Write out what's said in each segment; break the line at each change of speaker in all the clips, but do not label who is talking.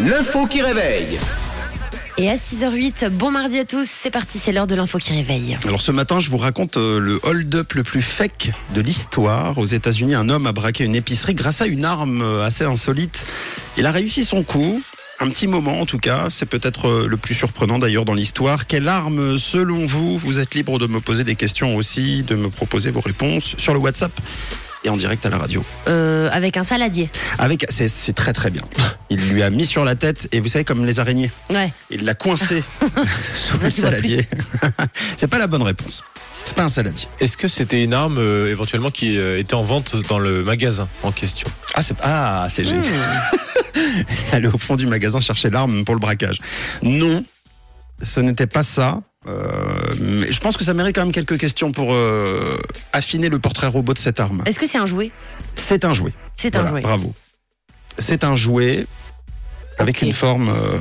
L'info qui réveille.
Et à 6h08, bon mardi à tous, c'est parti, c'est l'heure de l'info qui réveille.
Alors ce matin, je vous raconte euh, le hold-up le plus fake de l'histoire. Aux États-Unis, un homme a braqué une épicerie grâce à une arme euh, assez insolite. Il a réussi son coup. Un petit moment en tout cas, c'est peut-être euh, le plus surprenant d'ailleurs dans l'histoire. Quelle arme selon vous Vous êtes libre de me poser des questions aussi, de me proposer vos réponses sur le WhatsApp et en direct à la radio.
Euh, avec un saladier.
Avec c'est- c'est très très bien. Il lui a mis sur la tête et vous savez comme les araignées.
Ouais.
Il l'a coincé sous
Ça,
le
tu vois plus.
saladier. c'est pas la bonne réponse. C'est pas un saladier.
Est-ce que c'était une arme euh, éventuellement qui euh, était en vente dans le magasin en question
Ah, c'est ah, c'est
Mmh.
génial. Aller au fond du magasin chercher l'arme pour le braquage. Non, ce n'était pas ça. Euh, mais je pense que ça mérite quand même quelques questions pour euh, affiner le portrait robot de cette arme.
Est-ce que c'est un jouet
C'est un jouet.
C'est
Voilà,
un jouet.
Bravo. C'est un jouet avec
Ok.
une forme. euh,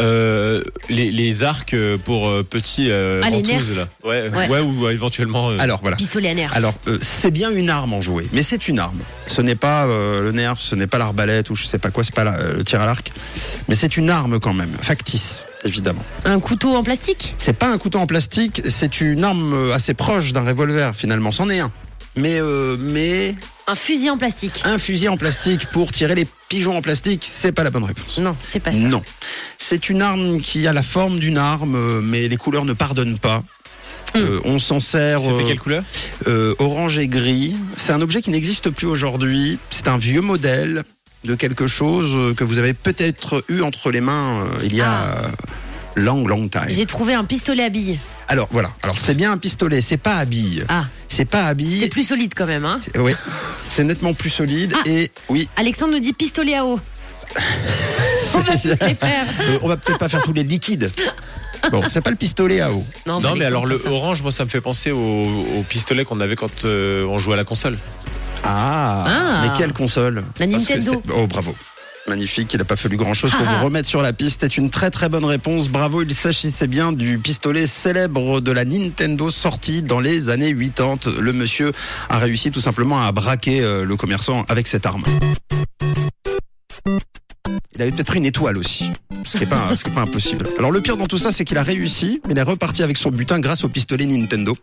Euh, les, les arcs euh, pour euh, petits euh,
Ah, les
ventouses, là. Ouais,
Ouais.
ouais. ou euh, éventuellement. euh,
Alors voilà.
Pistolet à nerf.
Alors, euh, c'est bien une arme en jouet, mais c'est une arme. Ce n'est pas euh, le nerf, ce n'est pas l'arbalète ou je sais pas quoi, c'est pas la- euh, le tir à l'arc, mais c'est une arme quand même, factice, évidemment.
Ah.
Un couteau en plastique
C'est pas un couteau en plastique, c'est une arme euh, assez proche d'un revolver finalement, c'en est un. Mais, euh, mais
Un fusil en plastique
un fusil en plastique pour tirer les pigeons en plastique, c'est pas la bonne
Ah.
réponse.
Non, c'est pas ça.
Non. C'est une arme qui a la forme d'une arme, euh, mais les couleurs ne pardonnent pas.
Hum.
Euh, on s'en sert.
C'était
euh,
quelle couleur
euh, orange et gris. C'est un objet qui n'existe plus aujourd'hui. C'est un vieux modèle de quelque chose euh, que vous avez peut-être eu entre les mains euh, il y a euh, long, long time.
Ah. J'ai trouvé un pistolet à billes.
Alors voilà. Alors c'est bien un pistolet. C'est pas à billes.
Ah,
C'est pas à
c'est
billes.
plus solide quand même. Hein.
Oui. C'est nettement plus solide
Ah.
et oui.
Alexandre nous dit pistolet à eau. On va tous les faire.
euh, on va peut-être pas faire tous les liquides. Bon, c'est pas le pistolet à eau.
Non, mais
Alexandre,
alors le
c'est ça.
orange, moi, ça me fait penser au, au pistolet qu'on avait quand euh, on jouait à la console.
Ah,
Ah.
Mais quelle console
La
Parce que
Nintendo.
c'est- Oh bravo. Magnifique, il n'a pas fallu grand-chose pour
Ah ah.
vous remettre sur la piste. C'est une très très bonne réponse. Bravo, il s'agissait bien du pistolet célèbre de la Nintendo sorti dans les années 80. Le monsieur a réussi tout simplement à braquer euh, le commerçant avec cette arme. Il avait peut-être pris une étoile aussi, ce qui n'est pas, ce qui est pas impossible. Alors le pire dans tout ça, c'est qu'il a réussi, mais il est reparti avec son butin grâce au pistolet Nintendo.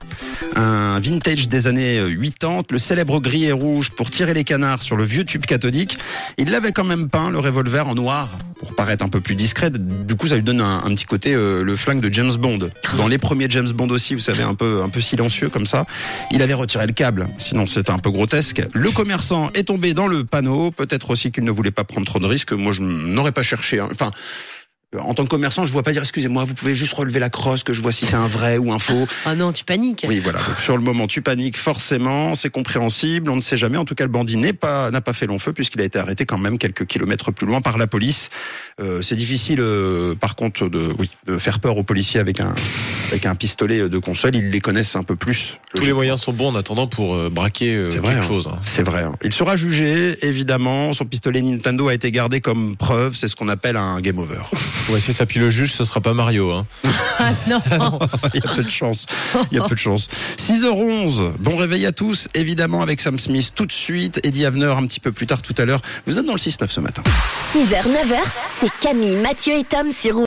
Un vintage des années 80, le célèbre gris et rouge pour tirer les canards sur le vieux tube cathodique. Il l'avait quand même peint, le revolver en noir, pour paraître un peu plus discret. Du coup, ça lui donne un, un petit côté euh, le flingue de James Bond. Dans les premiers James Bond aussi, vous savez, un peu, un peu silencieux comme ça. Il avait retiré le câble, sinon c'était un peu grotesque. Le commerçant est tombé dans le panneau, peut-être aussi qu'il ne voulait pas prendre trop de risques. Moi, je n'aurais pas cherché. hein. Enfin, en tant que commerçant, je ne vois pas dire, excusez-moi, vous pouvez juste relever la crosse que je vois si c'est un vrai ou un faux.
Ah non, tu paniques.
Oui, voilà. Donc, sur le moment, tu paniques forcément, c'est compréhensible, on ne sait jamais. En tout cas, le bandit n'est pas n'a pas fait long feu puisqu'il a été arrêté quand même quelques kilomètres plus loin par la police. Euh, c'est difficile, euh, par contre, de oui, de faire peur aux policiers avec un avec un pistolet de console. Ils les connaissent un peu plus.
Tous les moyens sont bons en attendant pour euh, braquer euh,
C'est
quelque
vrai, hein.
chose. hein.
C'est vrai. hein. Il sera jugé, évidemment. Son pistolet Nintendo a été gardé comme preuve. C'est ce qu'on appelle un game over.
Ouais, c'est ça. Puis le juge, ce sera pas Mario. Hein.
Ah non.
Il y a peu de chance. Il y a peu de chance. 6h11. Bon réveil à tous. Évidemment, avec Sam Smith tout de suite. Eddie Havner un petit peu plus tard tout à l'heure. Vous êtes dans le 6-9 ce matin.
6h, 9h, c'est Camille, Mathieu et Tom sur Rouge.